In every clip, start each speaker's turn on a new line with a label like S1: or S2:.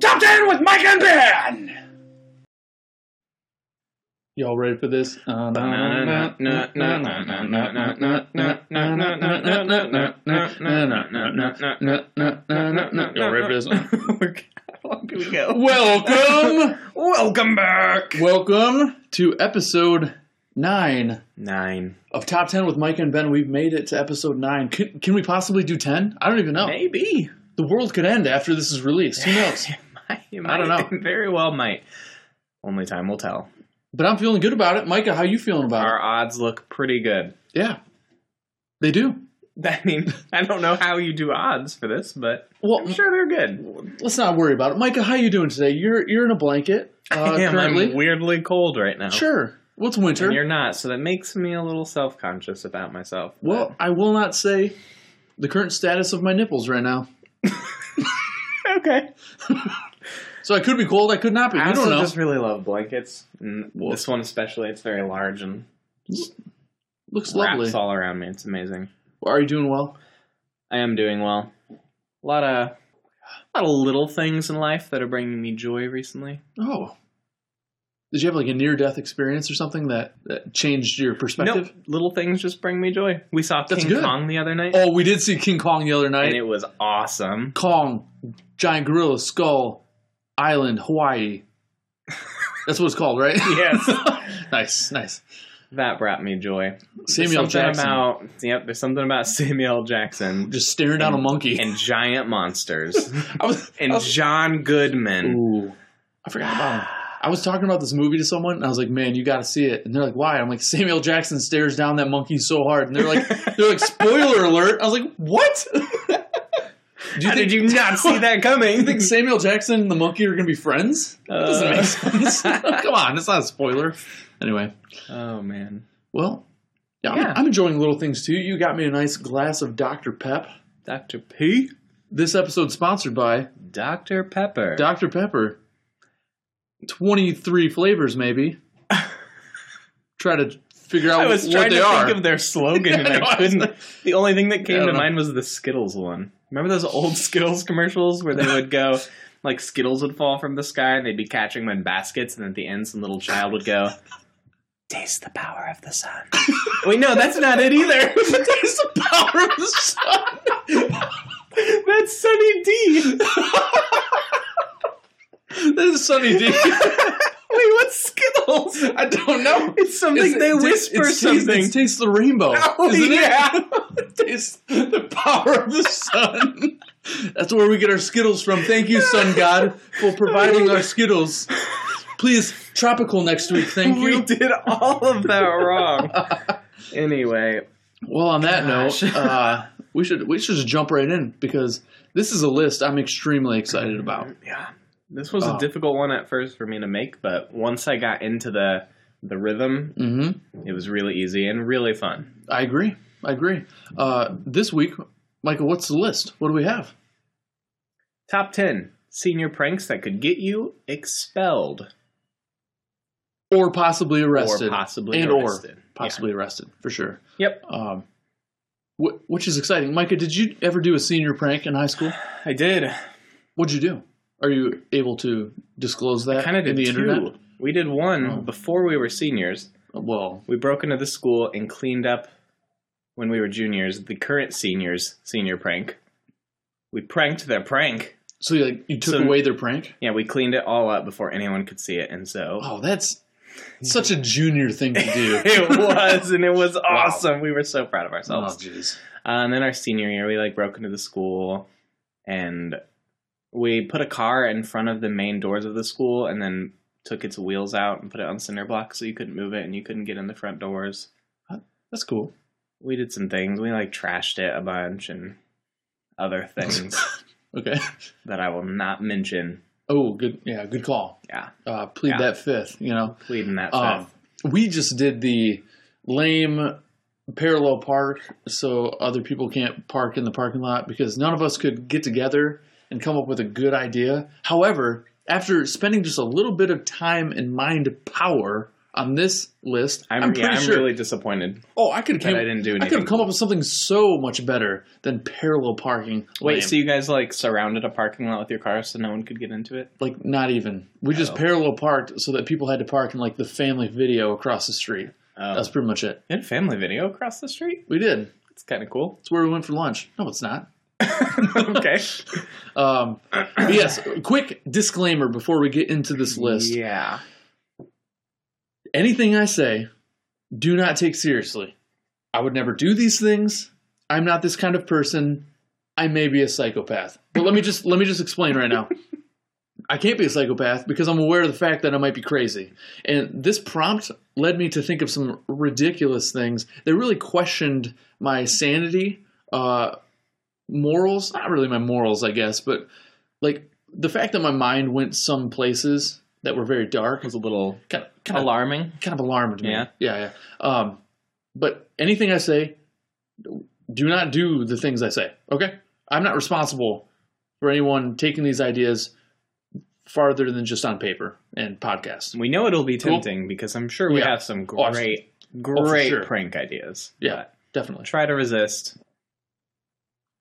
S1: Tapped in with Mike and Ben.
S2: Y'all ready for this? Y'all ready for this?
S3: Here we go.
S2: Welcome,
S3: Welcome back.
S2: welcome to episode nine
S3: Nine.
S2: of Top Ten with Mike and Ben. We've made it to episode nine. Can, can we possibly do ten? I don't even know.
S3: Maybe.
S2: The world could end after this is released. Who knows?
S3: It might, it
S2: I don't
S3: might- Very well might. Only time will tell.
S2: But I'm feeling good about it. Micah, how you feeling about
S3: Our odds look pretty good.
S2: it? Yeah, they do.
S3: I mean, I don't know how you do odds for this, but
S2: Well,
S3: I'm sure they're good.
S2: let's not worry about it. Micah, how you doing today? You're you're in a blanket uh,
S3: Damn,
S2: currently.
S3: I'm weirdly cold right now.
S2: Sure. Well, it's winter.
S3: And you're not, so that makes me a little self conscious about myself. but-
S2: Well, I will not say the current status of my nipples right now.
S3: okay.
S2: So I could be cold, I could not be.
S3: I
S2: I
S3: also
S2: don't know.
S3: just really love blankets. And
S2: Well-
S3: this one especially, it's very large and
S2: Looks lovely.
S3: wraps all around me. It's amazing.
S2: Are you doing well?
S3: I am doing well. A lot of, lot of little things in life that are bringing me joy recently.
S2: Oh. Did you have like a near death experience or something that, that changed your
S3: Nope,
S2: perspective?
S3: little things just bring me joy. We saw
S2: That's
S3: King
S2: good.
S3: Kong the other night,
S2: Oh, we did see King Kong the other night.
S3: and it was awesome.
S2: Kong, giant gorilla, skull, island, Hawaii. That's what it's called, right?
S3: Yes,
S2: nice, nice.
S3: that brought me joy. There's
S2: Samuel
S3: something
S2: Jackson
S3: About, yep, there's something about Samuel L. Jackson
S2: just staring down a monkey.
S3: and giant monsters
S2: I was, I
S3: and
S2: was-
S3: John Goodman.
S2: Oh. Ooh, I forgot about him. I was talking about this movie to someone, and I was like, "Man, you got to see it." And they're like, "Why?" I'm like, "Samuel Jackson stares down that monkey so hard," and they're like, "They're like, spoiler alert." I was like, "What?" Do you
S3: How
S2: think,
S3: did you not see that coming?
S2: you think Samuel Jackson and the monkey are going to be friends? That doesn't
S3: Uh.
S2: make sense. Come on, it's not a spoiler. Anyway,
S3: Oh man,
S2: well, yeah,
S3: Yeah.
S2: I'm, I'm enjoying little things too. You got me a nice glass of Dr Pep.
S3: Dr. P,
S2: This episode sponsored by
S3: Dr. Pepper.
S2: Dr Pepper. Twenty three flavors, maybe. Try to figure out
S3: I was
S2: what
S3: trying
S2: they
S3: to
S2: are.
S3: think of their slogan and
S2: I
S3: I,
S2: know, I was
S3: couldn't. the only thing that
S2: Yeah, I
S3: came to
S2: don't know.
S3: mind was the Skittles one. Remember those old Skittles commercials where they would go, like Skittles would fall from the sky and they'd be catching them in baskets, and at the end, some little child would go, "Taste the power of the sun." Wait, no, that's not it either.
S2: Taste the power of the sun.
S3: that's Sunny D.
S2: that is Sunny D.
S3: Wait, what's Skittles?
S2: I don't know.
S3: It's something
S2: It's-
S3: they
S2: it's-
S3: whisper
S2: it's taste-
S3: something.
S2: it's taste the rainbow.
S3: Oh,
S2: isn't it?
S3: yeah.
S2: Taste the power of the sun. That's where we get our Skittles from. Thank you, Sun God, for providing our Skittles. Please, tropical next week. Thank
S3: we
S2: you.
S3: did all of that wrong. anyway,
S2: Well, on that
S3: Gosh.
S2: note, uh, we should we should just jump right in because this is a list I'm extremely excited about.
S3: yeah, this was
S2: Oh.
S3: a difficult one at first for me to make, but once I got into the the rhythm,
S2: hmm
S3: it was really easy and really fun.
S2: I agree. I agree. Uh, this week, Michael, what's the list? What do we have?
S3: Top ten senior pranks that could get you expelled
S2: Or possibly arrested,
S3: or possibly
S2: and
S3: arrested.
S2: or possibly arrested for sure.
S3: Yeah. Yep,
S2: Um, wh- which is exciting, Micah. Did you ever do a senior prank in high school?
S3: I did.
S2: What'd you do? Are you able to disclose that
S3: Kind of did
S2: in the
S3: two.
S2: internet?
S3: We did one
S2: Oh.
S3: before we were seniors.
S2: Well,
S3: We broke into the school and cleaned up when we were juniors. The current seniors senior prank. We pranked their prank.
S2: so you, like, you took
S3: So-
S2: away their prank.
S3: Yeah, we cleaned it all up before anyone could see it, and so
S2: Oh, that's such a junior thing to do.
S3: it was, and it was awesome. We were so proud of
S2: Oh,
S3: ourselves.
S2: jeez.
S3: Uh, and then our senior year, we like broke into the school, and we put a car in front of the main doors of the school, and then took its wheels out and put it on cinder blocks so you couldn't move it and you couldn't get in the front doors.
S2: That's cool.
S3: We did some things. We like trashed it a bunch and other things
S2: Okay.
S3: that I will not mention.
S2: Oh, good. Yeah, good call.
S3: Yeah,
S2: Uh, plead
S3: Yeah.
S2: that fifth. You know,
S3: pleading that
S2: um,
S3: fifth.
S2: we just did the lame parallel park, so other people can't park in the parking lot because none of us could get together and come up with a good idea. However, after spending just a little bit of time and mind power on this list,
S3: I'm,
S2: I'm,
S3: yeah,
S2: pretty
S3: I'm
S2: sure.
S3: really disappointed
S2: oh, I could
S3: that I didn't do
S2: I could
S3: anything.
S2: have come up with something so much better than parallel parking.
S3: Wait,
S2: Lame.
S3: so you guys like surrounded a parking lot with your car so no one could get into it?
S2: like not even. We just
S3: Oh.
S2: parallel parked so that people had to park in like the family video across the street.
S3: Oh.
S2: That's pretty much it.
S3: You had family video across the street?
S2: We did.
S3: It's kind of cool.
S2: It's where we went for lunch. No, it's not.
S3: okay.
S2: Um, but yes, quick disclaimer before we get into this list.
S3: Yeah.
S2: Anything I say, do not take seriously. I would never do these things. I'm not this kind of person. I may be a psychopath. But let me just let me just explain right now. I can't be a psychopath because I'm aware of the fact that I might be crazy. And this prompt led me to think of some ridiculous things that really questioned my sanity, uh, morals, not really my morals, I guess, but like the fact that my mind went some places that were very dark
S3: It was a little
S2: kind of, kind of
S3: alarming.
S2: kind of alarmed me.
S3: Yeah.
S2: yeah, yeah. Um, but anything I say, do not do the things I say. Okay, I'm not responsible for anyone taking these ideas farther than just on paper and podcast.
S3: We know it'll be
S2: Cool.
S3: tempting because I'm sure we
S2: Yeah.
S3: have some
S2: Oh, I'm-
S3: great,
S2: for
S3: great
S2: sure.
S3: prank ideas.
S2: Yeah, definitely.
S3: But try to resist.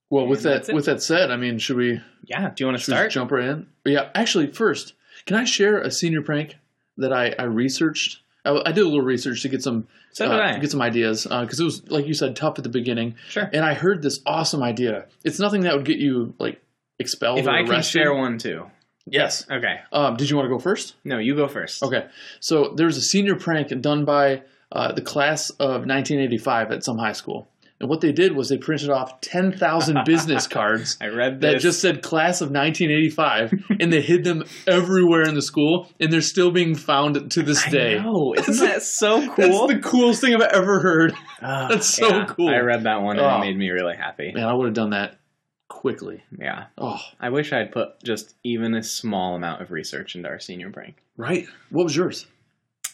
S2: Well, with
S3: And
S2: that
S3: that's it.
S2: with that said, I mean, should we,
S3: Yeah. Do you want to
S2: should we
S3: start?
S2: jump right in? Yeah. Actually, first, can I share a senior prank that I I researched? I, I did a little research to get some
S3: So
S2: uh,
S3: did I.
S2: get some ideas because it was like you said tough at the beginning.
S3: Sure.
S2: and I heard this awesome idea. It's nothing that would get you like expelled.
S3: If
S2: or
S3: I can
S2: arrested.
S3: share one too.
S2: yes.
S3: Okay.
S2: Um, did you want to go first?
S3: No, you go first.
S2: Okay. So there's a senior prank done by uh, the class of 1985 at some high school, and what they did was they printed off 10,000 business cards.
S3: I read
S2: That
S3: this.
S2: just said class of 1985, and they hid them everywhere in the school, and they're still being found to this day.
S3: No, isn't that so cool?
S2: That's the coolest thing I've ever heard.
S3: Ah,
S2: that's so cool.
S3: I read that one and
S2: Oh.
S3: it made me really happy.
S2: Man, I would have done that quickly.
S3: Yeah.
S2: Oh,
S3: I wish I'd put just even a small amount of research into our senior prank.
S2: right. What was yours?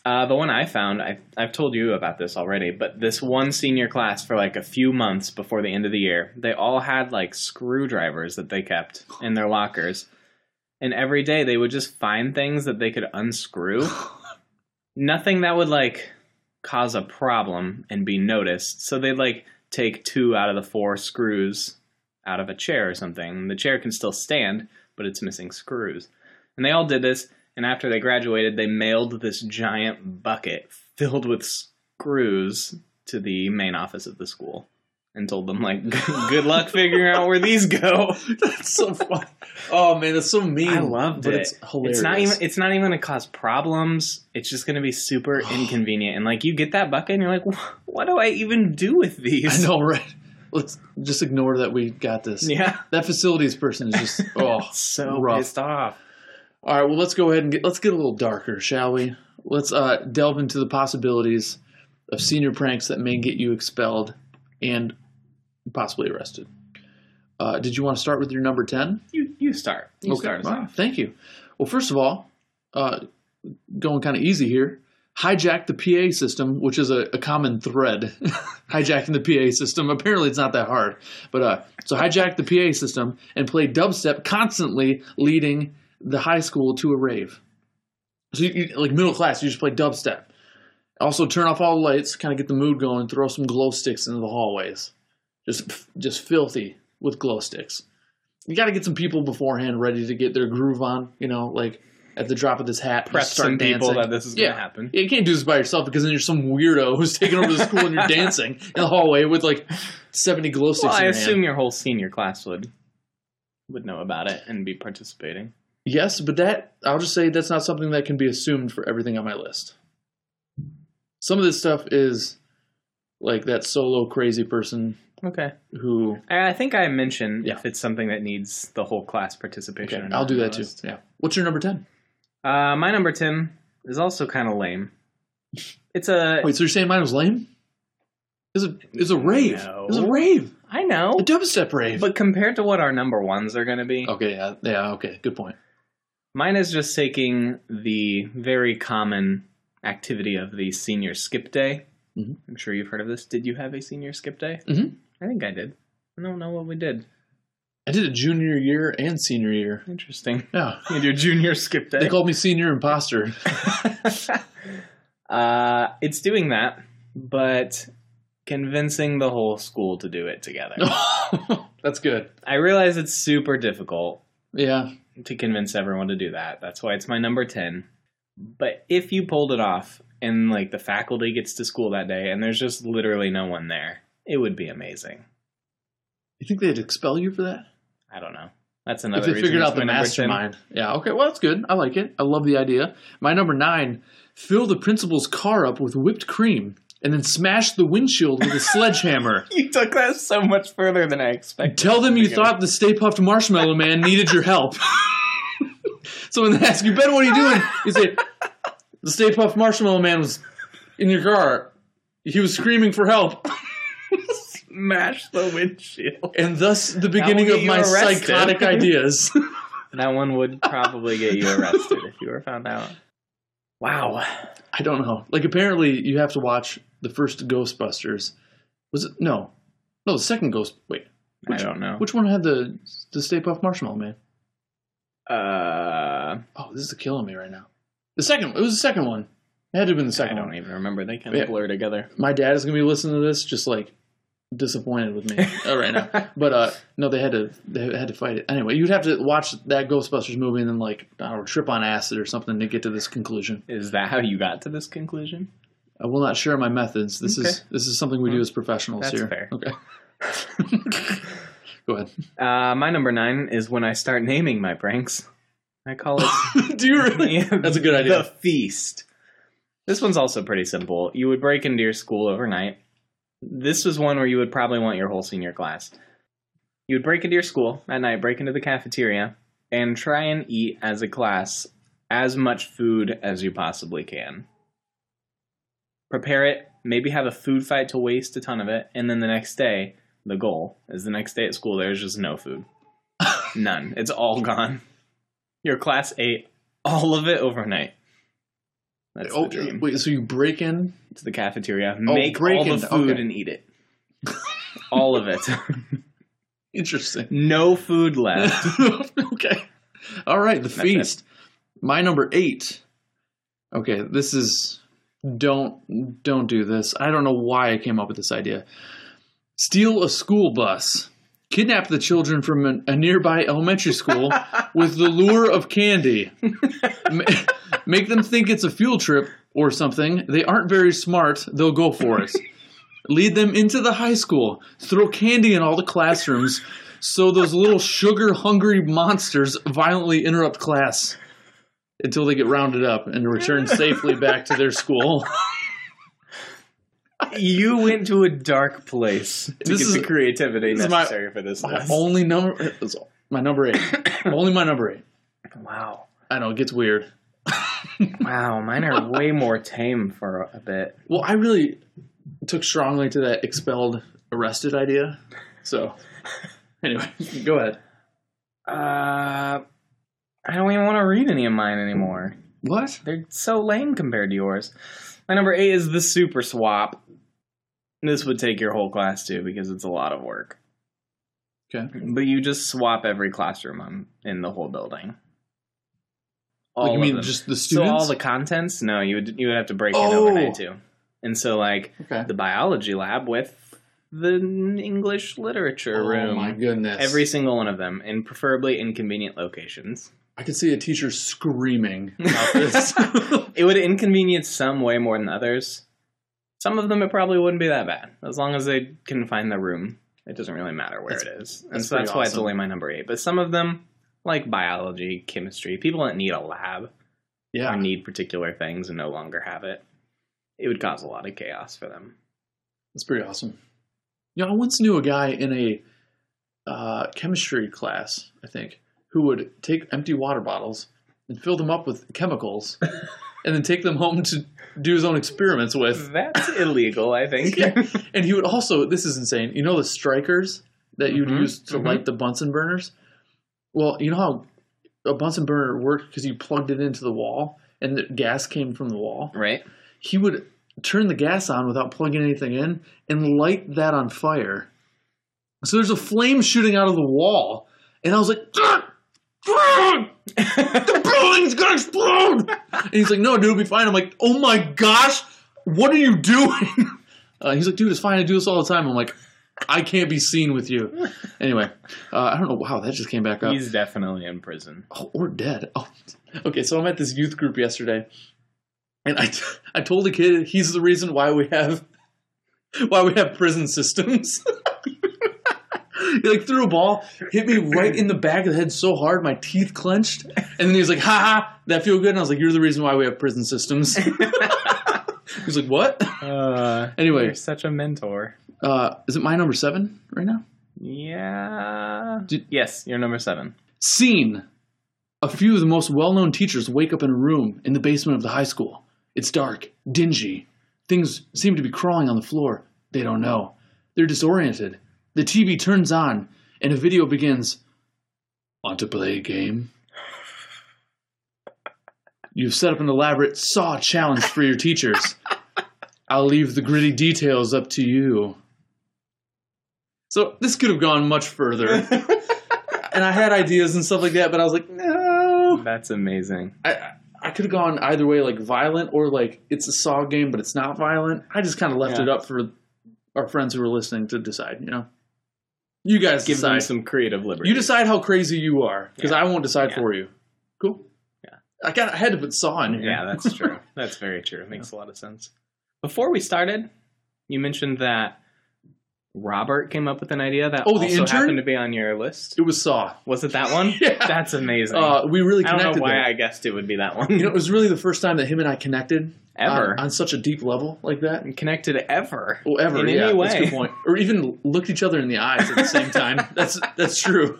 S3: Uh, the one I found, I've, I've told you about this already, but this one senior class for like a few months before the end of the year, they all had like screwdrivers that they kept in their lockers. And every day they would just find things that they could unscrew. Nothing that would like cause a problem and be noticed. So they'd like take two out of the four screws out of a chair or something. And the chair can still stand, but it's missing screws. And they all did this, and after they graduated, they mailed this giant bucket filled with screws to the main office of the school and told them, like, good luck figuring out where these go.
S2: That's so funny. Oh man, that's so mean.
S3: I loved
S2: but
S3: it.
S2: It's hilarious.
S3: It's not even it's not even gonna cause problems. It's just gonna be super inconvenient. And like you get that bucket and you're like, "Wh- what do I even do with
S2: I
S3: these?
S2: know, right? Let's just ignore that we got this.
S3: Yeah.
S2: That facilities person is just oh.
S3: so
S2: rough.
S3: pissed off.
S2: All right, well, let's go ahead and get let's get a little darker, shall we? Let's uh, delve into the possibilities of senior pranks that may get you expelled and possibly arrested. Uh, did you want to start with your number ten?
S3: You you start. You start us
S2: all right,
S3: off.
S2: Thank you. Well, first of all, uh, going kind of easy here. Hijack the PA system, which is a, a common thread. Hijacking the PA system. Apparently, it's not that hard. But uh, so hijack the PA system and play dubstep constantly, leading the high school to a rave. So, you, you, like middle class, you just play dubstep. Also, turn off all the lights, kind of get the mood going. Throw some glow sticks into the hallways. Just, just filthy with glow sticks you got to get some people beforehand ready to get their groove on. You know, like at the drop of this hat,
S3: Prep
S2: just start
S3: some people
S2: dancing.
S3: that this is gonna
S2: Yeah.
S3: happen.
S2: Yeah, you can't do this by yourself because then you're some weirdo who's taking over the school and you're dancing in the hallway with like seventy glow sticks.
S3: Well, I
S2: in your
S3: assume
S2: hand.
S3: your whole senior class would would know about it and be participating.
S2: yes, but that I'll just say that's not something that can be assumed for everything on my list. Some of this stuff is like that solo crazy person
S3: Okay.
S2: who.
S3: I, I think I mentioned
S2: Yeah.
S3: if it's something that needs the whole class participation.
S2: Okay,
S3: or not
S2: I'll do
S3: on
S2: that
S3: the
S2: too.
S3: list.
S2: Yeah. What's your number ten?
S3: Uh, my number ten is also kind of lame. It's a.
S2: Wait, so you're saying mine was lame? It's a it's a rave. It's a
S3: No.
S2: rave.
S3: I know,
S2: A dubstep rave.
S3: but compared to what our number ones are going to be,
S2: Okay, yeah, yeah, okay, good point.
S3: mine is just taking the very common activity of the senior skip day.
S2: Mhm.
S3: I'm sure you've heard of this. Did you have a senior skip day?
S2: Mhm.
S3: I think I did. I don't know what we did.
S2: I did it junior year and senior year.
S3: Interesting.
S2: Yeah,
S3: You had your junior skip day.
S2: they called me senior imposter.
S3: uh, Uh, it's doing that, but convincing the whole school to do it together.
S2: That's good.
S3: I realize it's super difficult
S2: Yeah.
S3: to convince everyone to do that. That's why it's my number 10. But if you pulled it off and like the faculty gets to school that day and there's just literally no one there, it would be amazing.
S2: You think they'd expel you for that?
S3: I don't know. That's another
S2: if they
S3: reason
S2: figured
S3: it's
S2: out the
S3: my number 10.
S2: mastermind. Yeah, okay. Well, that's good. I like it. I love the idea. My number nine fill the principal's car up with whipped cream and then smash the windshield with a sledgehammer.
S3: You took that so much further than I expected.
S2: Tell them you
S3: Okay.
S2: thought the Stay Puffed Marshmallow Man needed your help. so when they ask you, Ben, what are you doing? You say, the Stay Puffed Marshmallow Man was in your car. He was screaming for help.
S3: Smash the windshield.
S2: And thus the beginning
S3: will
S2: of
S3: get
S2: my
S3: you arrested.
S2: psychotic ideas.
S3: That one would probably get you arrested if you were found out. Wow.
S2: I don't know. Like apparently you have to watch the first Ghostbusters. Was it no. No, the second Ghost wait. Which,
S3: I don't know.
S2: Which one had the the Stay Puffed Marshmallow Man?
S3: uh,
S2: Oh, this is killing me right now. The second it was the second one. It had to have been the
S3: I
S2: second one.
S3: don't even remember. They kind of
S2: Yeah.
S3: blur together.
S2: my dad is gonna be listening to this, just like disappointed with me uh, right now. But uh, no, they had to they had to fight it anyway. You'd have to watch that Ghostbusters movie and then like I don't know, trip on acid or something to get to this conclusion.
S3: Is that how you got to this conclusion?
S2: I will not share my methods. This is
S3: Okay.
S2: this is something we do as professionals
S3: That's
S2: here.
S3: fair.
S2: Okay. Go ahead.
S3: Uh, my number nine is when I start naming my pranks. I call it
S2: do you really? That's a good idea.
S3: The feast. This one's also pretty simple. You would break into your school overnight. This was one where you would probably want your whole senior class. You would break into your school at night, break into the cafeteria, and try and eat as a class as much food as you possibly can. Prepare it, maybe have a food fight to waste a ton of it, and then the next day, the goal is the next day at school, there's just no food. None. It's all gone. Your class ate all of it overnight. That's
S2: Oh,
S3: the dream.
S2: wait. So you break in?
S3: to the cafeteria, make
S2: break
S3: all the
S2: in,
S3: food
S2: okay.
S3: and eat it. all of it.
S2: Interesting.
S3: no food left.
S2: okay. All right. The
S3: it.
S2: feast. My number eight. Okay, this is don't don't do this. I don't know why I came up with this idea. Steal a school bus. Kidnap the children from an, a nearby elementary school with the lure of candy. Ma- Make them think it's a fuel trip or something. They aren't very smart. They'll go for it. Lead them into the high school. Throw candy in all the classrooms so those little sugar hungry monsters violently interrupt class until they get rounded up and returned safely back to their school.
S3: you went to a dark place to
S2: This
S3: get
S2: is-
S3: the creativity
S2: this is my-
S3: necessary for this
S2: my
S3: list.
S2: only number, it was my number eight. only my number eight.
S3: Wow.
S2: I know it gets weird.
S3: Wow, mine are way more tame for a bit.
S2: Well, I really took strongly to that expelled, arrested idea. So, anyway, go ahead.
S3: Uh, I don't even want to read any of mine anymore.
S2: What?
S3: They're so lame compared to yours. My number eight is the super swap. This would take your whole class too because it's a lot of work.
S2: Okay.
S3: But you just swap every classroom on, in the whole building.
S2: Like,
S3: All
S2: you
S3: of
S2: mean
S3: them.
S2: just the
S3: so
S2: students?
S3: all the contents? No, you would you would have to break it
S2: Oh.
S3: overnight too. And so like
S2: okay.
S3: the biology lab with the English literature
S2: Oh
S3: room.
S2: my goodness.
S3: Every single one of them, and preferably inconvenient locations.
S2: I could see a teacher screaming about this.
S3: It would inconvenience some way more than others. Some of them, it probably wouldn't be that bad. As long as they can find the room, it doesn't really matter where
S2: That's-
S3: it is. And
S2: that's
S3: so that's
S2: pretty
S3: why it's
S2: awesome.
S3: only my number eight. But some of them, like biology, chemistry, people that need a lab or
S2: yeah.
S3: need particular things and no longer have it, it would cause a lot of chaos for them.
S2: That's pretty awesome. You know, I once knew a guy in a uh, chemistry class, I think, who would take empty water bottles and fill them up with chemicals and then take them home to do his own experiments with.
S3: That's illegal, I think.
S2: Yeah. And he would also, this is insane, you know the strikers that you'd
S3: Mhm,
S2: use to
S3: mhm.
S2: light the Bunsen burners? Well, you know how a Bunsen burner worked because you plugged it into the wall and the gas came from the wall?
S3: Right?
S2: he would turn the gas on without plugging anything in and light that on fire. So there's a flame shooting out of the wall, and I was like, "Ah!" the building's gonna explode. And he's like, no, dude, it'll be fine. I'm like, oh my gosh, what are you doing? Uh, he's like, dude, it's fine. I do this all the time. I'm like, I can't be seen with you. Anyway, uh, I don't know. Wow, that just came back up.
S3: He's definitely in prison.
S2: Oh, or dead. Oh, okay. So I'm at this youth group yesterday, and I, I told the kid he's the reason why we have why we have prison systems. he like threw a ball, hit me right in the back of the head so hard my teeth clenched, and then he was like, "Ha ha, that feel good." And I was like, "You're the reason why we have prison systems." he's like, "What?"
S3: Uh,
S2: Anyway.
S3: you're such a mentor.
S2: Uh, is it my number seven right now?
S3: Yeah.
S2: Did-
S3: yes, you're number seven.
S2: Scene. A few of the most well known teachers wake up in a room in the basement of the high school. It's dark, dingy. Things seem to be crawling on the floor. They don't know. They're disoriented. The TV turns on, and a video begins. Want to play a game? You've set up an elaborate saw challenge for your teachers. I'll leave the gritty details up to you. So, this could have gone much further and I had ideas and stuff like that, but I was like, no.
S3: That's amazing.
S2: I- I I could have gone either way, like violent or like it's a Saw game, but it's not violent. I just kind of left
S3: Yeah.
S2: it up for our friends who were listening to decide. You know, you guys
S3: Give them
S2: decide.
S3: some creative liberty.
S2: you decide how crazy you are because
S3: Yeah.
S2: I won't decide
S3: Yeah.
S2: for you. Cool.
S3: Yeah.
S2: I got. I had to put Saw in here.
S3: Yeah, that's true. That's very true. It makes a lot of sense. Before we started, you mentioned that Robert came up with an idea that
S2: Oh, the
S3: also
S2: intern?
S3: happened to be on your list.
S2: It was Saw.
S3: Was it that one?
S2: Yeah.
S3: That's amazing.
S2: Uh, we really
S3: I don't
S2: connected.
S3: know why
S2: there.
S3: I guessed it would be that one.
S2: you know, it was really the first time that him and I connected uh,
S3: ever.
S2: on, on such a deep level like that.
S3: Connected ever.
S2: Well, Oh, ever,
S3: In any
S2: yeah, that's a
S3: way.
S2: good point. Or even looked each other in the eyes at the same time. That's that's true.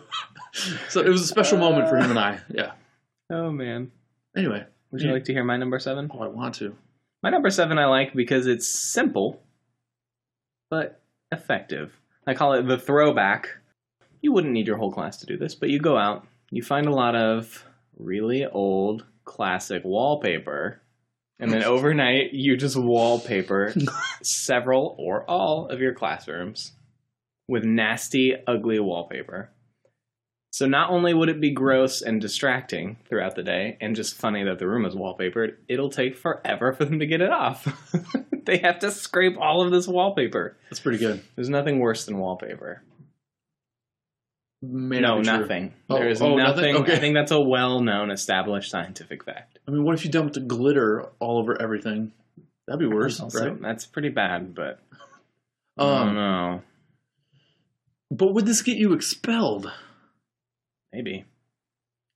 S2: So it was a special moment for him and I. Yeah.
S3: Oh, man.
S2: Anyway,
S3: Would you like to hear my number seven?
S2: oh, I want to.
S3: My number seven I like because it's simple, but effective. I call it the throwback. You wouldn't need your whole class to do this, but you go out, you find a lot of really old classic wallpaper, and then overnight you just wallpaper several or all of your classrooms with nasty, ugly wallpaper. So not only would it be gross and distracting throughout the day and just funny that the room is wallpapered, it'll take forever for them to get it off. they have to scrape all of this wallpaper.
S2: That's pretty good.
S3: There's nothing worse than wallpaper.
S2: May not
S3: no,
S2: be true.
S3: nothing.
S2: Oh,
S3: There's
S2: oh, nothing?
S3: nothing.
S2: Okay.
S3: I think that's a well-known established scientific fact.
S2: I mean, what if you dumped glitter all over everything? That'd be worse,
S3: Also,
S2: right?
S3: That's pretty bad, but I don't
S2: Um,
S3: know.
S2: but would this get you expelled?
S3: Maybe.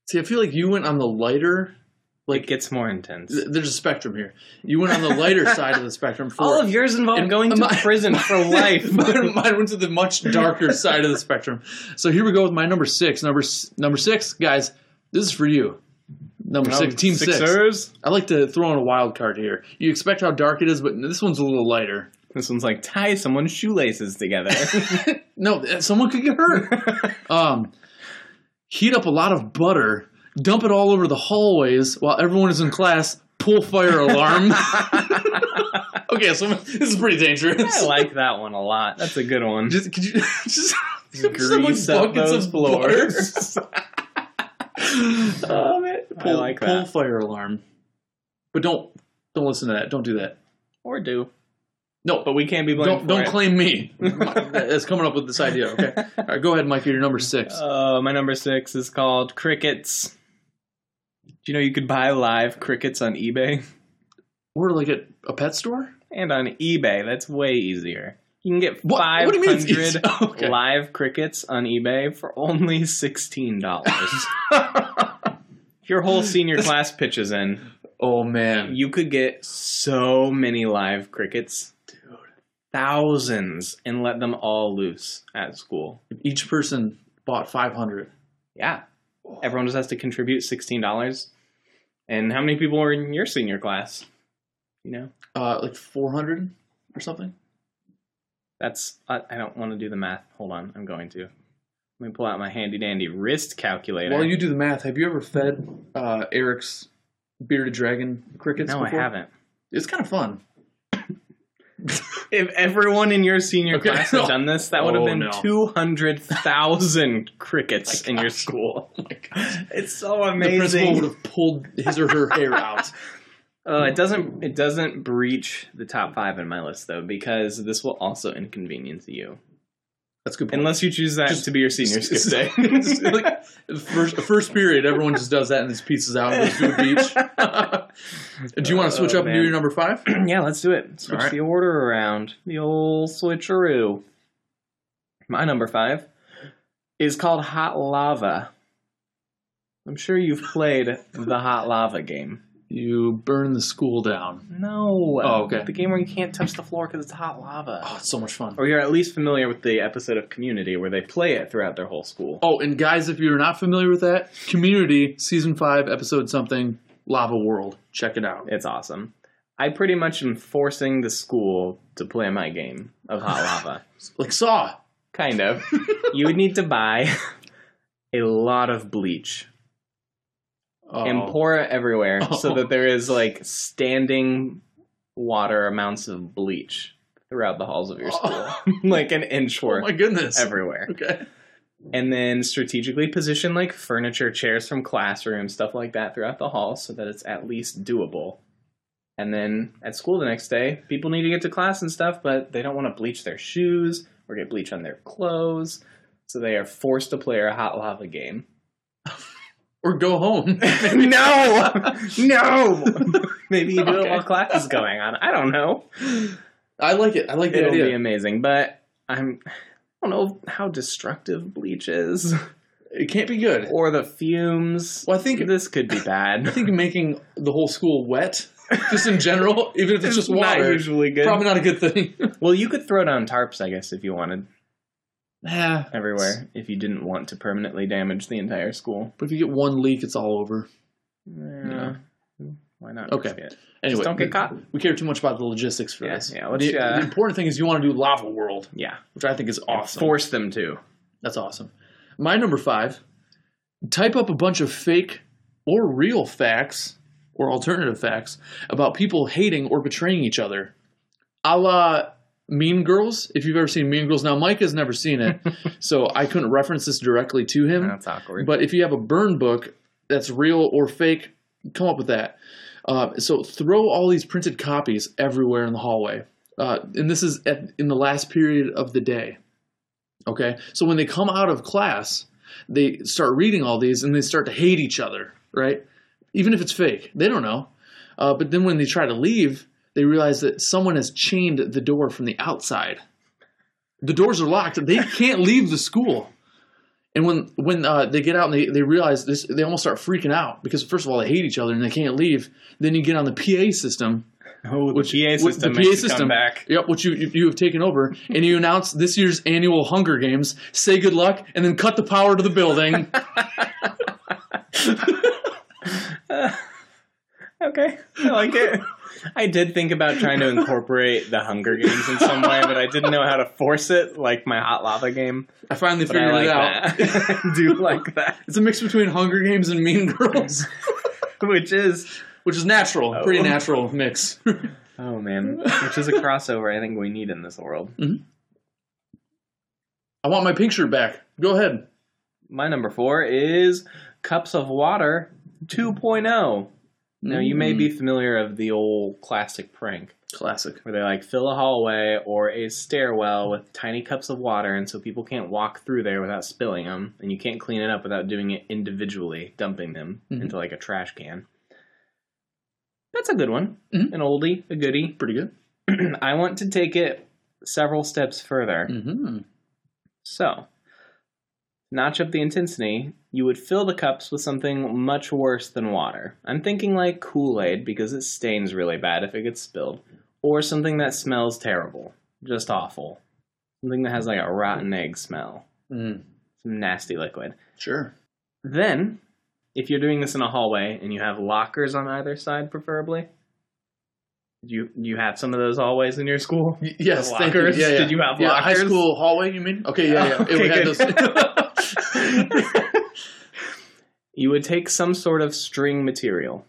S2: See, I feel like you went on the lighter.
S3: Like it gets more intense.
S2: th- There's a spectrum here. You went on the lighter side of the spectrum. For
S3: all of yours involved
S2: And
S3: going to
S2: my-
S3: prison for life.
S2: mine, mine went to the much darker side of the spectrum. So here we go with my number six. Number s- number six, guys. This is for you. Number six, team six.
S3: Sixers.
S2: I like to throw in a wild card here. You expect how dark it is, but this one's a little lighter.
S3: This one's like tie someone's shoelaces together.
S2: No, th- someone could get hurt. Um, heat up a lot of butter, dump it all over the hallways while everyone is in class. Pull fire alarm. okay, so this is pretty dangerous.
S3: I like that one a lot. That's a good one.
S2: Just could you just
S3: Grease up those floors.
S2: Love it.
S3: I
S2: Pull,
S3: like
S2: pull
S3: that.
S2: fire alarm. But don't don't listen to that. Don't do that.
S3: or do.
S2: No,
S3: But we can't be blamed
S2: don't
S3: for
S2: don't
S3: it.
S2: claim me. That's coming up with this idea. Okay. All right, go ahead, Mikey. You're number six.
S3: Uh, my number six is called crickets. Do you know you could buy live crickets on eBay?
S2: We're like at a pet store.
S3: And on eBay, that's way easier. You can get
S2: What-
S3: five
S2: what do you mean it's easy?
S3: hundred
S2: Okay.
S3: live crickets on eBay for only sixteen dollars. Your whole senior class pitches in.
S2: Oh man.
S3: You could get so many live crickets, dude, thousands, and let them all loose at school.
S2: Each person bought five hundred.
S3: Yeah, everyone just has to contribute sixteen dollars. And how many people were in your senior class? You know,
S2: Uh, like four hundred or something.
S3: that's I, I don't want to do the math. Hold on, I'm going to. Let me pull out my handy dandy wrist calculator.
S2: While you do the math, have you ever fed uh, Eric's bearded dragon crickets?
S3: no, I
S2: before?
S3: haven't.
S2: It's kind of fun.
S3: If everyone in your senior
S2: Okay.
S3: class had done this, that would have
S2: Oh,
S3: been
S2: no.
S3: 200,000 crickets in your school. It's so
S2: The principal would
S3: amazing.
S2: have pulled his or her hair out.
S3: Uh, it doesn't it doesn't breach the top 5 in my list though because this will also inconvenience you.
S2: That's a good. Point.
S3: Unless you choose that
S2: Just-
S3: to be your senior skip day.
S2: Just, like, first first period, everyone just does that and just pieces out and goes to the beach. do you want to switch
S3: Oh,
S2: up and do
S3: man.
S2: your number five?
S3: yeah, let's do it. Switch
S2: Alright.
S3: the order around. The old switcheroo. My number five is called Hot Lava. I'm sure you've played the Hot Lava game.
S2: You burn the school down.
S3: No.
S2: Oh, okay.
S3: The game where you can't touch the floor because it's hot lava.
S2: Oh, it's so much fun.
S3: Or you're at least familiar with the episode of Community where they play it throughout their whole school.
S2: Oh, and guys, if you're not familiar with that, Community season five, episode something, Lava World. Check it out.
S3: It's awesome. I pretty much am forcing the school to play my game of hot lava.
S2: Like Saw.
S3: Kind of. you would need to buy a lot of bleach
S2: Oh,
S3: and pour it everywhere so
S2: Oh.
S3: that there is like standing water amounts of bleach throughout the halls of your school.
S2: Oh,
S3: like an inch
S2: oh
S3: worth
S2: my goodness.
S3: everywhere.
S2: Okay.
S3: And then strategically position like furniture, chairs from classrooms, stuff like that throughout the hall so that it's at least doable. And then at school the next day, people need to get to class and stuff, but they don't want to bleach their shoes or get bleach on their clothes. So they are forced to play a hot lava game.
S2: Or go home.
S3: no! no! Maybe you do it
S2: Okay.
S3: while class is going on. I don't know.
S2: I like it. I like the
S3: It'll be
S2: idea.
S3: amazing, but I'm I don't know how destructive bleach is
S2: it can't be good.
S3: or the fumes.
S2: Well, I think
S3: this could be bad.
S2: I think making the whole school wet, just in general, even if it's, just water,
S3: Not usually good.
S2: probably not a good thing.
S3: Well, you could throw down tarps, I guess, if you wanted
S2: yeah.
S3: everywhere. If you didn't want to permanently damage the entire school.
S2: But if you get one leak, it's all over.
S3: Yeah. Why not?
S2: Okay.
S3: risk it?
S2: Anyway,
S3: Just don't get
S2: we-
S3: caught.
S2: We care too much about the logistics for
S3: Yeah,
S2: this.
S3: yeah, let's,
S2: the,
S3: uh,
S2: the important thing is you want to do Lava World,
S3: Yeah.
S2: which I think is awesome.
S3: Force them to.
S2: That's awesome. My number five: type up a bunch of fake or real facts or alternative facts about people hating or betraying each other, a la Mean Girls. If you've ever seen Mean Girls, now Mike has never seen it, so I couldn't reference this directly to him.
S3: That's awkward.
S2: But if you have a burn book that's real or fake, come up with that. Uh, so throw all these printed copies everywhere in the hallway. Uh, and this is at, in the last period of the day. Okay? So when they come out of class, they start reading all these and they start to hate each other, right? Even if it's fake, they don't know. Uh, but then when they try to leave, they realize that someone has chained the door from the outside. The doors are locked. They can't leave the school. And when when uh, they get out and they, they realize this, they almost start freaking out because first of all they hate each other and they can't leave. Then you get on the PA system,
S3: oh,
S2: which
S3: the PA
S2: which-
S3: system
S2: the
S3: makes
S2: PA
S3: you
S2: system
S3: come back.
S2: Yep, which you you you have taken over, and you announce this year's annual Hunger Games. Say good luck, and then cut the power to the building.
S3: Okay, I like it. I did think about trying to incorporate the Hunger Games in some way, but I didn't know how to force it, like my hot lava game.
S2: I finally
S3: But I
S2: figured
S3: like
S2: it out.
S3: that. I do like that,
S2: It's a mix between Hunger Games and Mean Girls,
S3: which is
S2: which is natural,
S3: Oh.
S2: pretty natural mix.
S3: oh man, which is a crossover I think we need in this world.
S2: I want my pink shirt back. Go ahead.
S3: My number four is cups of water 2.0. Now you
S2: Mm.
S3: may be familiar of the old classic prank.
S2: classic.
S3: where they like fill a hallway or a stairwell with tiny cups of water, and so people can't walk through there without spilling them, and you can't clean it up without doing it individually, dumping them
S2: Mhm.
S3: into like a trash can. That's a good one,
S2: Mhm.
S3: an oldie, a goodie.
S2: Pretty good.
S3: I want to take it several steps further.
S2: Mm-hmm.
S3: So, notch up the intensity, you would fill the cups with something much worse than water. I'm thinking like Kool Aid because it stains really bad if it gets spilled, or something that smells terrible, just awful. Something that has like a rotten egg smell,
S2: Mm,
S3: some nasty liquid.
S2: sure.
S3: Then, if you're doing this in a hallway and you have lockers on either side, preferably, you you have some of those hallways in your school.
S2: Y- yes.
S3: The
S2: Thank you.
S3: lockers?
S2: Yeah, yeah.
S3: Did you have
S2: yeah, High
S3: lockers?
S2: school hallway. You mean? Okay. Yeah. Yeah.
S3: Okay,
S2: we had
S3: good. you would take some sort of string material,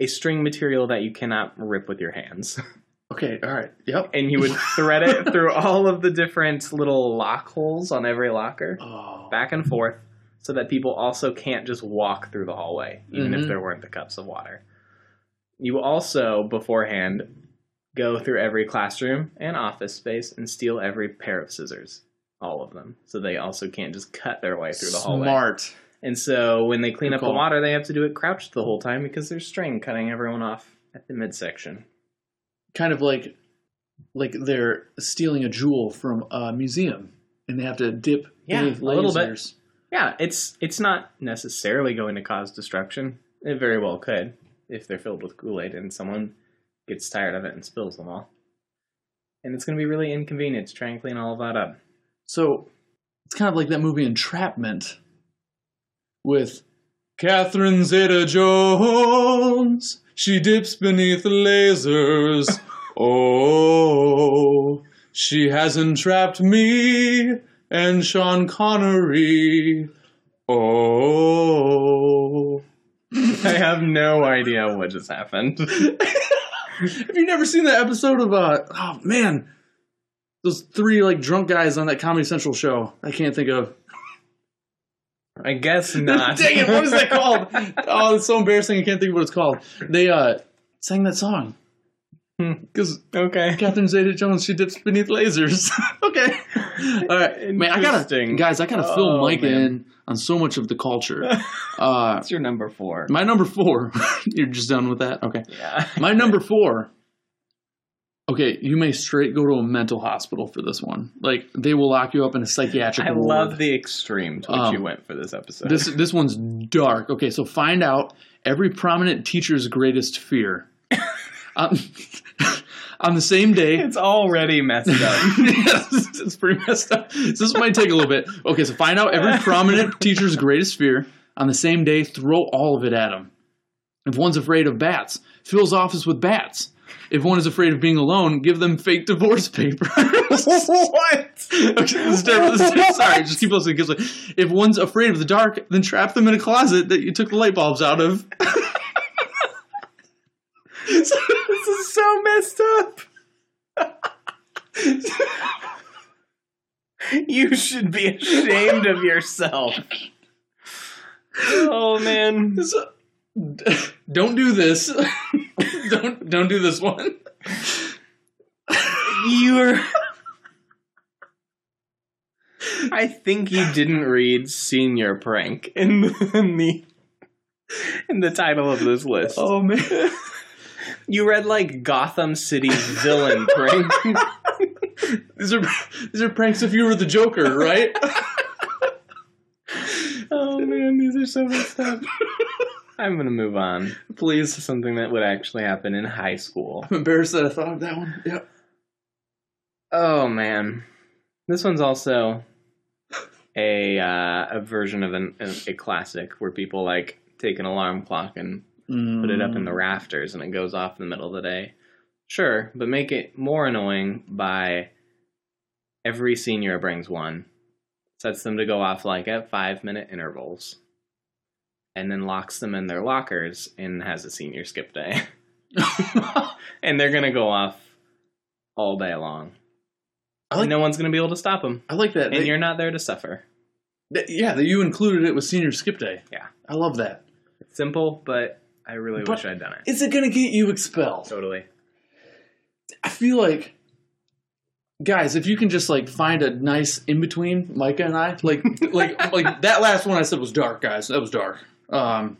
S3: a string material that you cannot rip with your hands.
S2: Okay, all right. Yep.
S3: and you would thread it through all of the different little lock holes on every locker,
S2: Oh.
S3: back and forth, so that people also can't just walk through the hallway, even
S2: Mhm.
S3: if there weren't the cups of water. You also, beforehand, go through every classroom and office space and steal every pair of scissors, all of them, so they also can't just cut their way through the hallway.
S2: Smart.
S3: And so when they clean
S2: Good
S3: up the
S2: call.
S3: water, they have to do it crouched the whole time because there's string cutting everyone off at the midsection.
S2: Kind of like like they're stealing a jewel from a museum and they have to dip
S3: Yeah,
S2: the
S3: a little bit.
S2: lasers.
S3: Yeah, it's it's not necessarily going to cause destruction. It very well could if they're filled with Kool Aid and someone gets tired of it and spills them all. And it's going to be really inconvenient to try and clean all of that up.
S2: So it's kind of like that movie Entrapment with Catherine Zeta Jones. She dips beneath the lasers. oh, she has entrapped me and Sean Connery. Oh.
S3: I have no idea what just happened.
S2: Have you never seen that episode of, uh, oh man, those three like drunk guys on that Comedy Central show? I can't think of.
S3: I guess not.
S2: Dang it, what is that called? oh, it's so embarrassing. I can't think of what it's called. They uh, sang that song.
S3: Hmm.
S2: Because
S3: okay.
S2: Catherine Zeta Jones, she dips beneath lasers. okay. All right. Man, I gotta,
S3: Interesting.
S2: guys, I gotta fill
S3: Oh,
S2: Mike
S3: man.
S2: in on so much of the culture. Uh,
S3: That's your number four.
S2: my number four, you're just done with that? Okay.
S3: yeah.
S2: My number four. Okay, you may straight go to a mental hospital for this one. Like they will lock you up in a psychiatric
S3: I
S2: ward.
S3: love the extreme to which
S2: Um,
S3: you went for this episode.
S2: This this one's dark. Okay, so find out every prominent teacher's greatest fear. um, on the same day,
S3: it's already messed up.
S2: yes, it's pretty messed up. So this might take a little bit. Okay, so find out every prominent teacher's greatest fear. On the same day, throw all of it at him. If one's afraid of bats, fill his office with bats. If one is afraid of being alone, give them fake divorce papers.
S3: what?
S2: Okay, this is terrible. This is- sorry, just keep listening. Keep listening. If one's afraid of the dark, then trap them in a closet that you took the light bulbs out of.
S3: This is so messed up. you should be ashamed of yourself. Oh man.
S2: So- don't do this. don't don't do this one.
S3: You're I think you didn't read senior prank in the, in the in the title of this list.
S2: Oh man.
S3: You read like Gotham City villain prank.
S2: These are these are pranks if you were the Joker, right?
S3: oh man, these are so messed up. I'm gonna move on. Please, to something that would actually happen in high school.
S2: I'm embarrassed that I thought of that one. Yeah.
S3: Oh man, this one's also a uh, a version of an, a, a classic where people like take an alarm clock and put it up
S2: Mm.
S3: in the rafters and it goes off in the middle of the day. Sure, but make it more annoying by every senior brings one, sets them to go off like at five minute intervals, and then locks them in their lockers and has a senior skip day. and they're going to go off all day long.
S2: I like-
S3: And no one's going to be able to stop them.
S2: I like that.
S3: And
S2: They-
S3: you're not there to suffer.
S2: that- yeah, that you included it with senior skip day.
S3: Yeah.
S2: I love that.
S3: It's simple, but I really
S2: But-
S3: wish I'd done it.
S2: Is it gonna get you expelled?
S3: Totally.
S2: I feel like guys, if you can just like find a nice in between, Micah and I, like like like that last one I said was dark, guys. That was dark. Um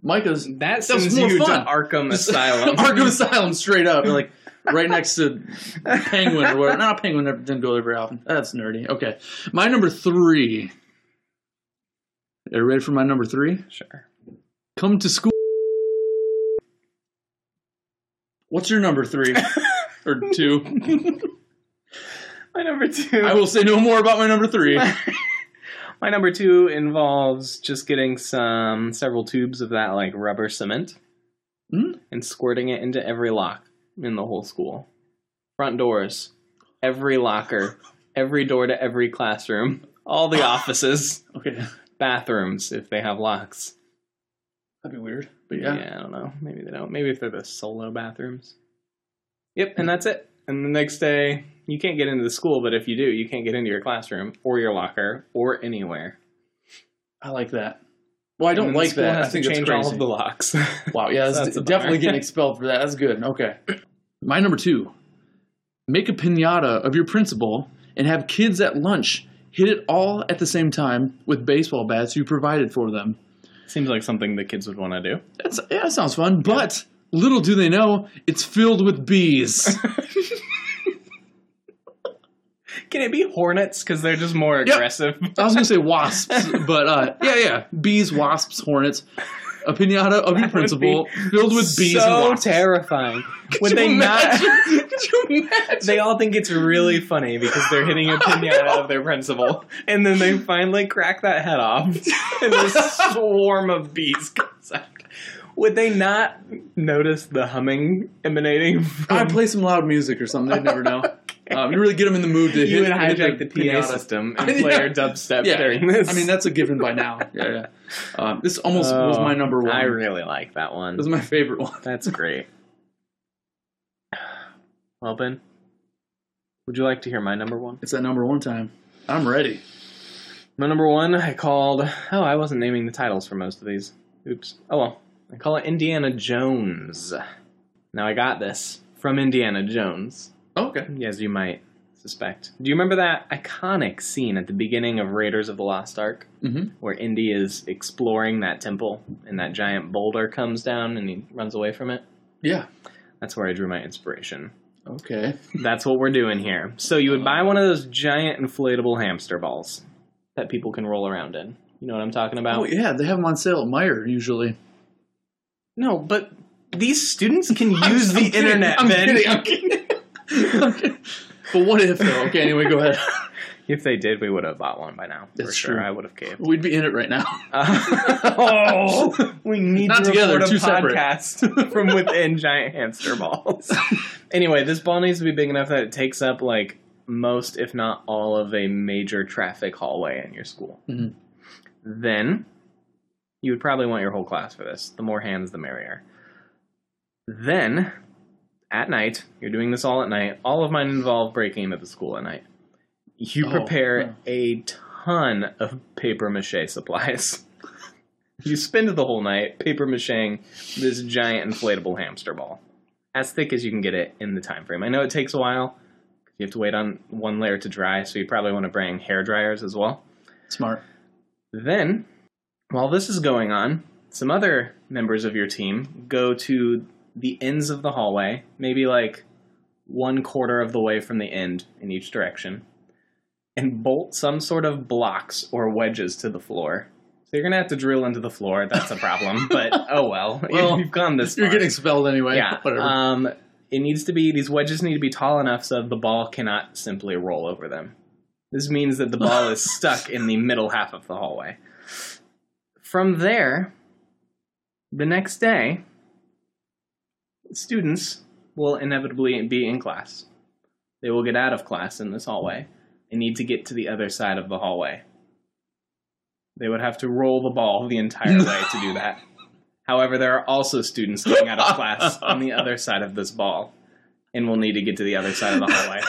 S2: Micah's
S3: That
S2: was
S3: sends
S2: more
S3: you
S2: fun.
S3: to Arkham Asylum.
S2: Arkham Asylum straight up.
S3: You're
S2: Like right next to Penguin or whatever. Not Penguin never didn't go there very often. That's nerdy. Okay. My number three. Are you ready for my number three?
S3: Sure.
S2: Come to school. What's your number three? or two?
S3: My number two.
S2: I will say no more about my number three.
S3: my number two involves just getting some several tubes of that like rubber cement
S2: Hmm?
S3: and squirting it into every lock in the whole school, front doors, every locker, every door to every classroom, all the offices,
S2: Okay.
S3: bathrooms if they have locks.
S2: That'd be weird. But yeah.
S3: I don't know. Maybe they don't. Maybe if they're the solo bathrooms. Yep, and that's it. And the next day, you can't get into the school, but if you do, you can't get into your classroom or your locker or anywhere.
S2: I like that. Well, I
S3: And
S2: don't
S3: then the
S2: like
S3: school
S2: that. I
S3: Has
S2: think
S3: to
S2: that's
S3: change
S2: crazy.
S3: all of the locks.
S2: Wow, yeah, that's,
S3: That's a
S2: definitely
S3: bummer.
S2: getting expelled for that. That's good. Okay. My number two make a pinata of your principal and have kids at lunch hit it all at the same time with baseball bats you provided for them.
S3: Seems like something the kids would want to do.
S2: That's, yeah, that sounds fun, but little do they know it's filled with bees.
S3: Can it be hornets? Because they're just more aggressive.
S2: I was going to say wasps, but uh, yeah, yeah. Bees, wasps, hornets. A pinata of your
S3: would
S2: principal filled with bees and
S3: so
S2: wasps.
S3: terrifying. Would
S2: Could
S3: they
S2: you
S3: not?
S2: imagine? Could you imagine?
S3: They all think it's really funny because they're hitting a pinata of their principal, and then they finally crack that head off, and this swarm of bees comes out. Would they not notice the humming emanating from?
S2: I play some loud music or something. They would never know. Um, you really get them in the mood to
S3: you
S2: hit,
S3: would
S2: hit
S3: hijack the PA
S2: pinata.
S3: system and play
S2: Yeah.
S3: your dubstep
S2: Yeah.
S3: during this.
S2: I mean, that's a given by now. Yeah, yeah. Um, this almost was
S3: Oh,
S2: my number one.
S3: I really like that one.
S2: It was my favorite one.
S3: That's great. Well, Ben, would you like to hear my number one?
S2: It's that number one time. I'm ready.
S3: My number one, I called. Oh, I wasn't naming the titles for most of these. Oops. Oh well. I call it Indiana Jones. Now I got this from Indiana Jones,
S2: Oh, okay.
S3: as you might suspect. Do you remember that iconic scene at the beginning of Raiders of the Lost Ark?
S2: Mhm.
S3: Where Indy is exploring that temple and that giant boulder comes down and he runs away from it?
S2: Yeah.
S3: That's where I drew my inspiration.
S2: Okay.
S3: That's what we're doing here. So you would buy one of those giant inflatable hamster balls that people can roll around in. You know what I'm talking about?
S2: Oh yeah, they have them on sale at Meyer usually.
S3: No, but these students can use the
S2: kidding.
S3: internet,
S2: I'm
S3: Ben.
S2: kidding. I'm kidding. Okay. But what if though? Okay. Anyway, go ahead.
S3: If they did, we would have bought one by now.
S2: That's
S3: for sure.
S2: true.
S3: I would have caved.
S2: We'd be in it right now.
S3: oh, we need
S2: Not
S3: to
S2: together,
S3: record a
S2: two separate.
S3: podcast from within giant hamster balls. anyway, this ball needs to be big enough that it takes up like most, if not all, of a major traffic hallway in your school.
S2: Mhm.
S3: Then you would probably want your whole class for this. The more hands, the merrier. Then at night, you're doing this all at night. All of mine involve breaking into the school at night. You
S2: Oh,
S3: prepare
S2: huh.
S3: a ton of paper mache supplies. You spend the whole night paper macheing this giant inflatable hamster ball, as thick as you can get it in the time frame. I know it takes a while. You have to wait on one layer to dry, so you probably want to bring hair dryers as well.
S2: Smart.
S3: Then, while this is going on, some other members of your team go to the ends of the hallway, maybe like one quarter of the way from the end in each direction, and bolt some sort of blocks or wedges to the floor. So you're gonna have to drill into the floor. That's a problem, but oh well.
S2: Well,
S3: You've gone this.
S2: You're
S3: far.
S2: getting expelled anyway.
S3: yeah.
S2: Whatever.
S3: Um, it needs to be these wedges need to be tall enough so the ball cannot simply roll over them. This means that the ball is stuck in the middle half of the hallway. From there, the next day, students will inevitably be in class. They will get out of class in this hallway and need to get to the other side of the hallway. They would have to roll the ball the entire way to do that. However, there are also students getting out of class on the other side of this ball and will need to get to the other side of the hallway.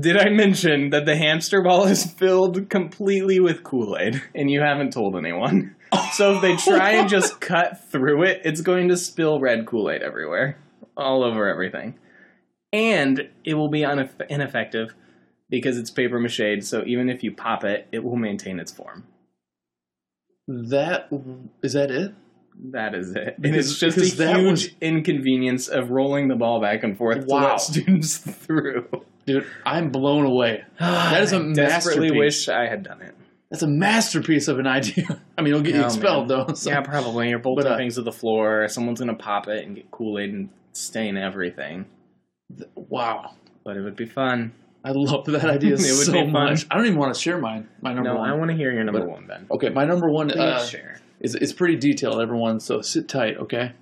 S3: Did I mention that the hamster ball is filled completely with Kool Aid and you haven't told anyone? So if they try and just cut through it, it's going to spill red Kool Aid everywhere, all over everything. And it will be uneff- ineffective because it's paper mache, so even if you pop it, it will maintain its form.
S2: that is that it?
S3: That is it. And
S2: Because-
S3: it's just
S2: because
S3: a
S2: that
S3: huge
S2: was-
S3: inconvenience of rolling the ball back and forth to
S2: Wow.
S3: let students through.
S2: Dude, I'm blown away.
S3: That
S2: is a
S3: desperately
S2: masterpiece.
S3: wish I had done it.
S2: That's a masterpiece of an idea. I mean, it'll get you
S3: Oh,
S2: expelled though. so-
S3: Yeah, probably. You're bolting
S2: But, uh,
S3: things to the floor. Someone's gonna pop it and get Kool Aid and stain everything.
S2: Wow,
S3: But it would be fun.
S2: I love that idea
S3: It would
S2: so
S3: be fun.
S2: much. I don't even want to share mine. My number
S3: no,
S2: one.
S3: I want to hear your number
S2: But-
S3: one, Ben.
S2: okay, my number one
S3: Please
S2: uh,
S3: share.
S2: is is pretty detailed, everyone. So sit tight, okay?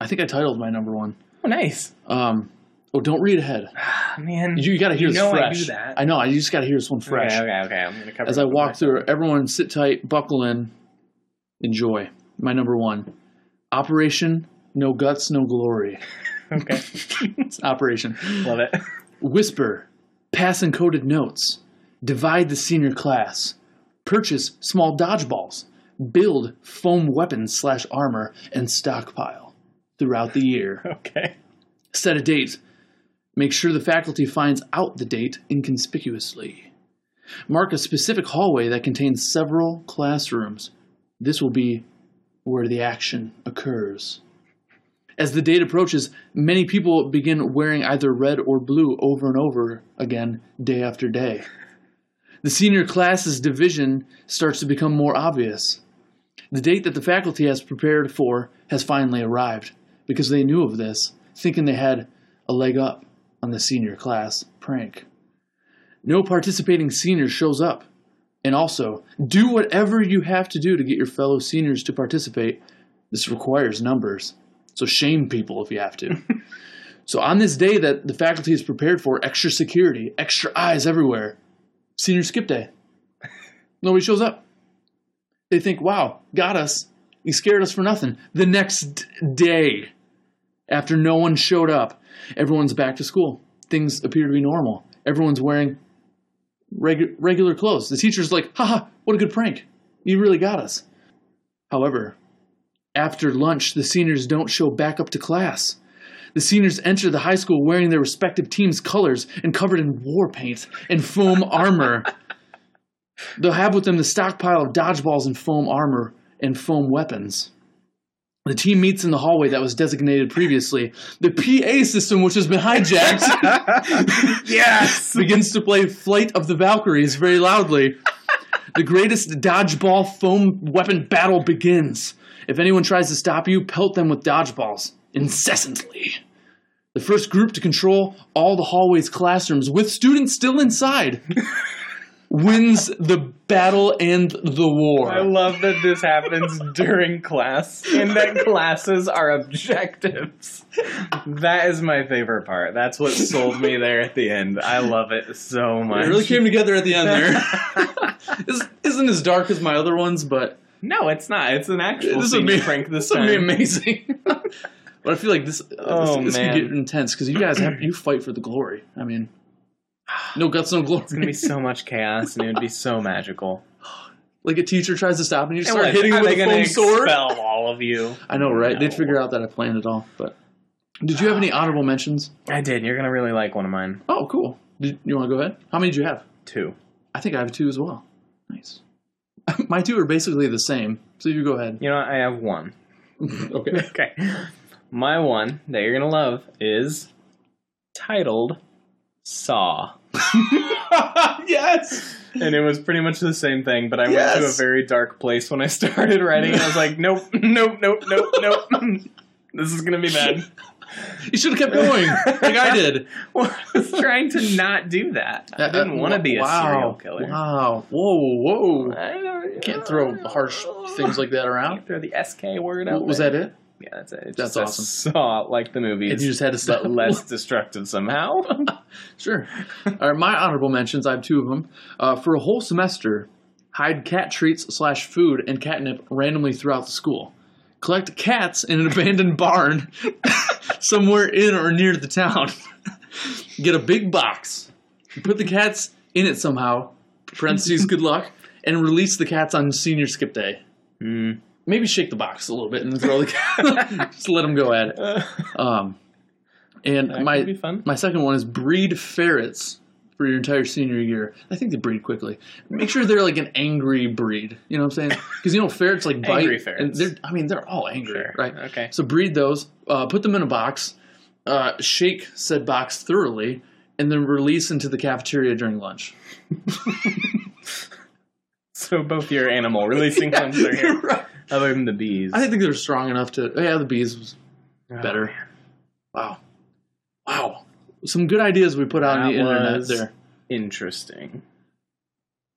S2: I think I titled my number one.
S3: Oh, nice.
S2: Um, oh, don't read ahead.
S3: Ah, man.
S2: You, got to hear
S3: You
S2: this
S3: know I do
S2: fresh.
S3: that.
S2: I know. I just got to hear this one fresh.
S3: Okay, okay, okay. I'm gonna cover
S2: As
S3: it
S2: I
S3: with
S2: walk
S3: my-
S2: through, it, everyone sit tight, buckle in, enjoy. My number one, Operation No Guts, No Glory.
S3: Okay.
S2: It's operation.
S3: Love it.
S2: Whisper, pass encoded notes, divide the senior class, purchase small dodgeballs, build foam weapons slash armor, and stockpile throughout the year.
S3: Okay.
S2: Set a date. Make sure the faculty finds out the date inconspicuously. Mark a specific hallway that contains several classrooms. This will be where the action occurs. As the date approaches, many people begin wearing either red or blue over and over again, day after day. The senior class's division starts to become more obvious. The date that the faculty has prepared for has finally arrived because they knew of this, thinking they had a leg up on the senior class prank. No participating senior shows up. And also, do whatever you have to do to get your fellow seniors to participate. This requires numbers. So shame people if you have to. so on this day that the faculty is prepared for, extra security, extra eyes everywhere, senior skip day. Nobody shows up. They think, wow, got us. He scared us for nothing. The next d- day, after no one showed up, everyone's back to school. Things appear to be normal. Everyone's wearing regu- regular clothes. The teacher's like, haha, what a good prank. You really got us. However, after lunch, the seniors don't show back up to class. The seniors enter the high school wearing their respective team's colors and covered in war paint and foam armor. They'll have with them the stockpile of dodgeballs and foam armor and foam weapons. The team meets in the hallway that was designated previously. The PA system, which has been hijacked
S3: yes.
S2: begins to play Flight of the Valkyries very loudly. the greatest dodgeball foam weapon battle begins. If anyone tries to stop you, pelt them with dodgeballs incessantly. The first group to control all the hallways classrooms with students still inside wins the battle and the war.
S3: I love that this happens during class and that classes are objectives. That is my favorite part. That's what sold me there at the end. I love it so much.
S2: it really came together at the end there. this isn't as dark as my other ones, but
S3: No, it's not. It's an actual this
S2: This would be-
S3: prank this
S2: This would be
S3: time.
S2: amazing. but I feel like this
S3: Oh,
S2: this, this
S3: man.
S2: can get intense because you guys have you fight for the glory. I mean, no guts, no
S3: It's gonna
S2: glory.
S3: be so much chaos, and it would be so magical.
S2: like a teacher tries to stop and you
S3: And
S2: start
S3: what,
S2: hitting
S3: are
S2: them with
S3: they
S2: a
S3: gonna
S2: foam sword.
S3: expel all of you?
S2: I know, right? They'd
S3: No.
S2: figure out that I planned it all. But did you have any honorable mentions?
S3: I did. You're gonna really like one of mine
S2: Oh, cool. Did, you want to go ahead? How many did you have?
S3: too.
S2: I think I have two as well. Nice. My two are basically the same, so you go ahead.
S3: You know, what? I have one.
S2: Okay.
S3: Okay. My one that you're gonna love is titled Saw.
S2: yes.
S3: And it was pretty much the same thing, but I went to a
S2: Yes.
S3: very dark place when I started writing and I was like, nope, nope, nope, nope, nope. this is gonna be bad.
S2: You should have kept going like I did.
S3: Well, I was trying to not do that. I
S2: That- that-
S3: didn't want to be a
S2: uh, wow,
S3: serial killer.
S2: Wow. Whoa, whoa.
S3: I don't-
S2: Can't throw harsh things like that around.
S3: Can't throw the SK word out.
S2: W- Was
S3: there.
S2: that it?
S3: Yeah, that's it. It's
S2: That's
S3: just a
S2: awesome.
S3: Saw like the movies,
S2: And you just had to stop.
S3: but less destructive somehow.
S2: Sure. All right, my honorable mentions, I have two of them. Uh, for a whole semester, hide cat treats slash food and catnip randomly throughout the school. Collect cats in an abandoned barn somewhere in or near the town. Get a big box. Put the cats in it somehow. Parentheses, good luck. And release the cats on senior skip day.
S3: Mm.
S2: Maybe shake the box a little bit and throw the cat. just let them go at it. Um, and
S3: That
S2: my
S3: could be fun.
S2: my second one is breed ferrets for your entire senior year. I think they breed quickly. Make sure they're like an angry breed. You know what I'm saying? Because you know ferrets like bite.
S3: Angry
S2: And
S3: ferrets.
S2: they're I mean they're all angry,
S3: Sure.
S2: right?
S3: Okay.
S2: So breed those. Uh, put them in a box. Uh, shake said box thoroughly, and then release into the cafeteria during lunch.
S3: So both your animal releasing ones are here,
S2: Right.
S3: other than the bees.
S2: I didn't think they were strong enough to. oh, Yeah, the bees was
S3: Oh,
S2: better. Wow, wow, some good ideas we put out
S3: That
S2: on the internet
S3: was-
S2: there.
S3: Interesting.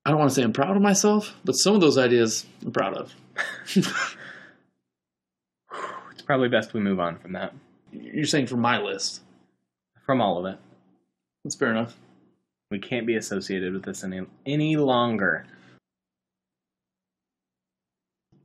S2: I don't want to say I'm proud of myself, but some of those ideas I'm proud of.
S3: It's probably best we move on from that,
S2: You're saying from my list.
S3: from all of it.
S2: That's fair enough.
S3: We can't be associated with this any any longer.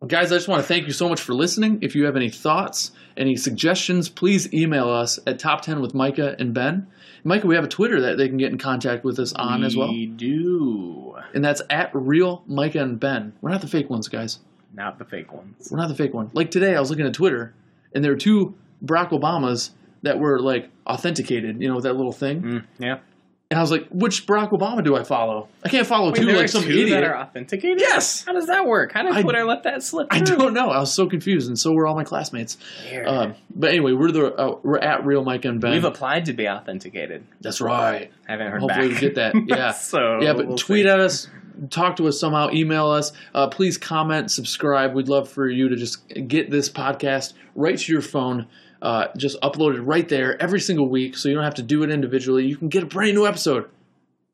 S2: Guys, I just want to thank you so much for listening. If you have any thoughts, any suggestions, please email us at top 10 with Micah and Ben. Micah, we have a Twitter that they can get in contact with us on as well.
S3: We do.
S2: And that's at real Micah and Ben. We're not the fake ones, guys.
S3: Not the fake ones.
S2: We're not the fake one. Like today, I was looking at Twitter, and there were two Barack Obamas that were like authenticated, you know, with that little thing.
S3: Mm, yeah.
S2: And I was like, which Barack Obama do I follow? I can't follow two like some idiot.
S3: that are authenticated?
S2: Yes!
S3: How does that work? How did
S2: I-
S3: Twitter let that slip
S2: I
S3: through?
S2: don't know. I was so confused, and so were all my classmates.
S3: Weird.
S2: Um, but anyway, we're the uh, we're at real Mike and Ben.
S3: We've applied to be authenticated.
S2: That's right.
S3: Haven't heard
S2: Hopefully
S3: back.
S2: we get that. Yeah.
S3: so
S2: yeah, but
S3: we'll
S2: tweet
S3: see.
S2: at us, talk to us somehow, email us. Uh, please comment, subscribe. We'd love for you to just get this podcast right to your phone, uh, just uploaded right there every single week, so you don't have to do it individually. You can get a brand new episode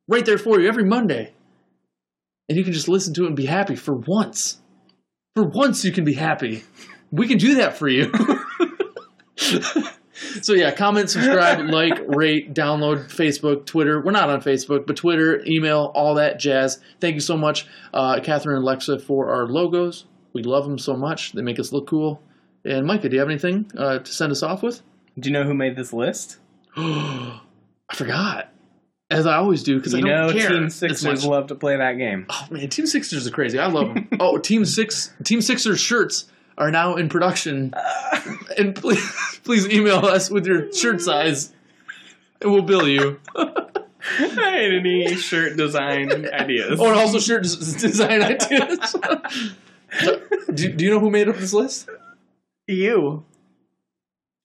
S2: right there for you every Monday, and you can just listen to it and be happy for once. For once, you can be happy. We can do that for you. So yeah, comment, subscribe, like, rate, download Facebook, Twitter. We're not on Facebook, but Twitter, email, all that jazz. Thank you so much, uh, Catherine and Lexa, for our logos. We love them so much; they make us look cool. And Micah, do you have anything uh, to send us off with?
S3: Do you know who made this list?
S2: I forgot, as I always do, because I
S3: You
S2: don't
S3: know,
S2: care.
S3: Team
S2: as
S3: Sixers
S2: much.
S3: love to play that game.
S2: Oh man, Team Sixers are crazy. I love them. oh, Team Six, Team Sixers shirts are now in production. and please, please email us with your shirt size, and we'll bill you.
S3: I had any shirt design ideas.
S2: Oh, and also shirt des- design ideas. So, do, do you know who made up this list?
S3: you.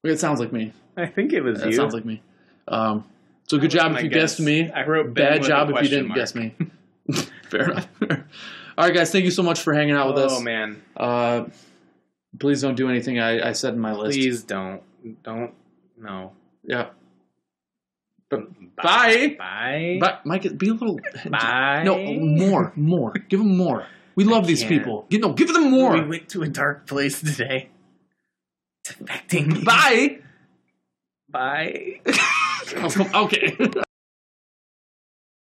S2: It sounds like me.
S3: I think it was
S2: That
S3: you.
S2: sounds like me. Um, so good job
S3: My
S2: if you
S3: guess.
S2: guessed me.
S3: I wrote Ben
S2: Bad
S3: with
S2: job
S3: a
S2: if you
S3: question
S2: didn't
S3: mark.
S2: guess me. Fair enough. All right, guys. Thank you so much for hanging out with us.
S3: Oh man,
S2: Uh, please don't do anything I, I said in my list.
S3: please don't, don't, no.
S2: Yeah.
S3: Bye. Bye.
S2: But Mike, be a little.
S3: Bye.
S2: No, more, more. Give them more. We love these
S3: can't.
S2: people. Get, no, give them more.
S3: We went to a dark place today. It's affecting me.
S2: Bye.
S3: Bye.
S2: Oh, okay.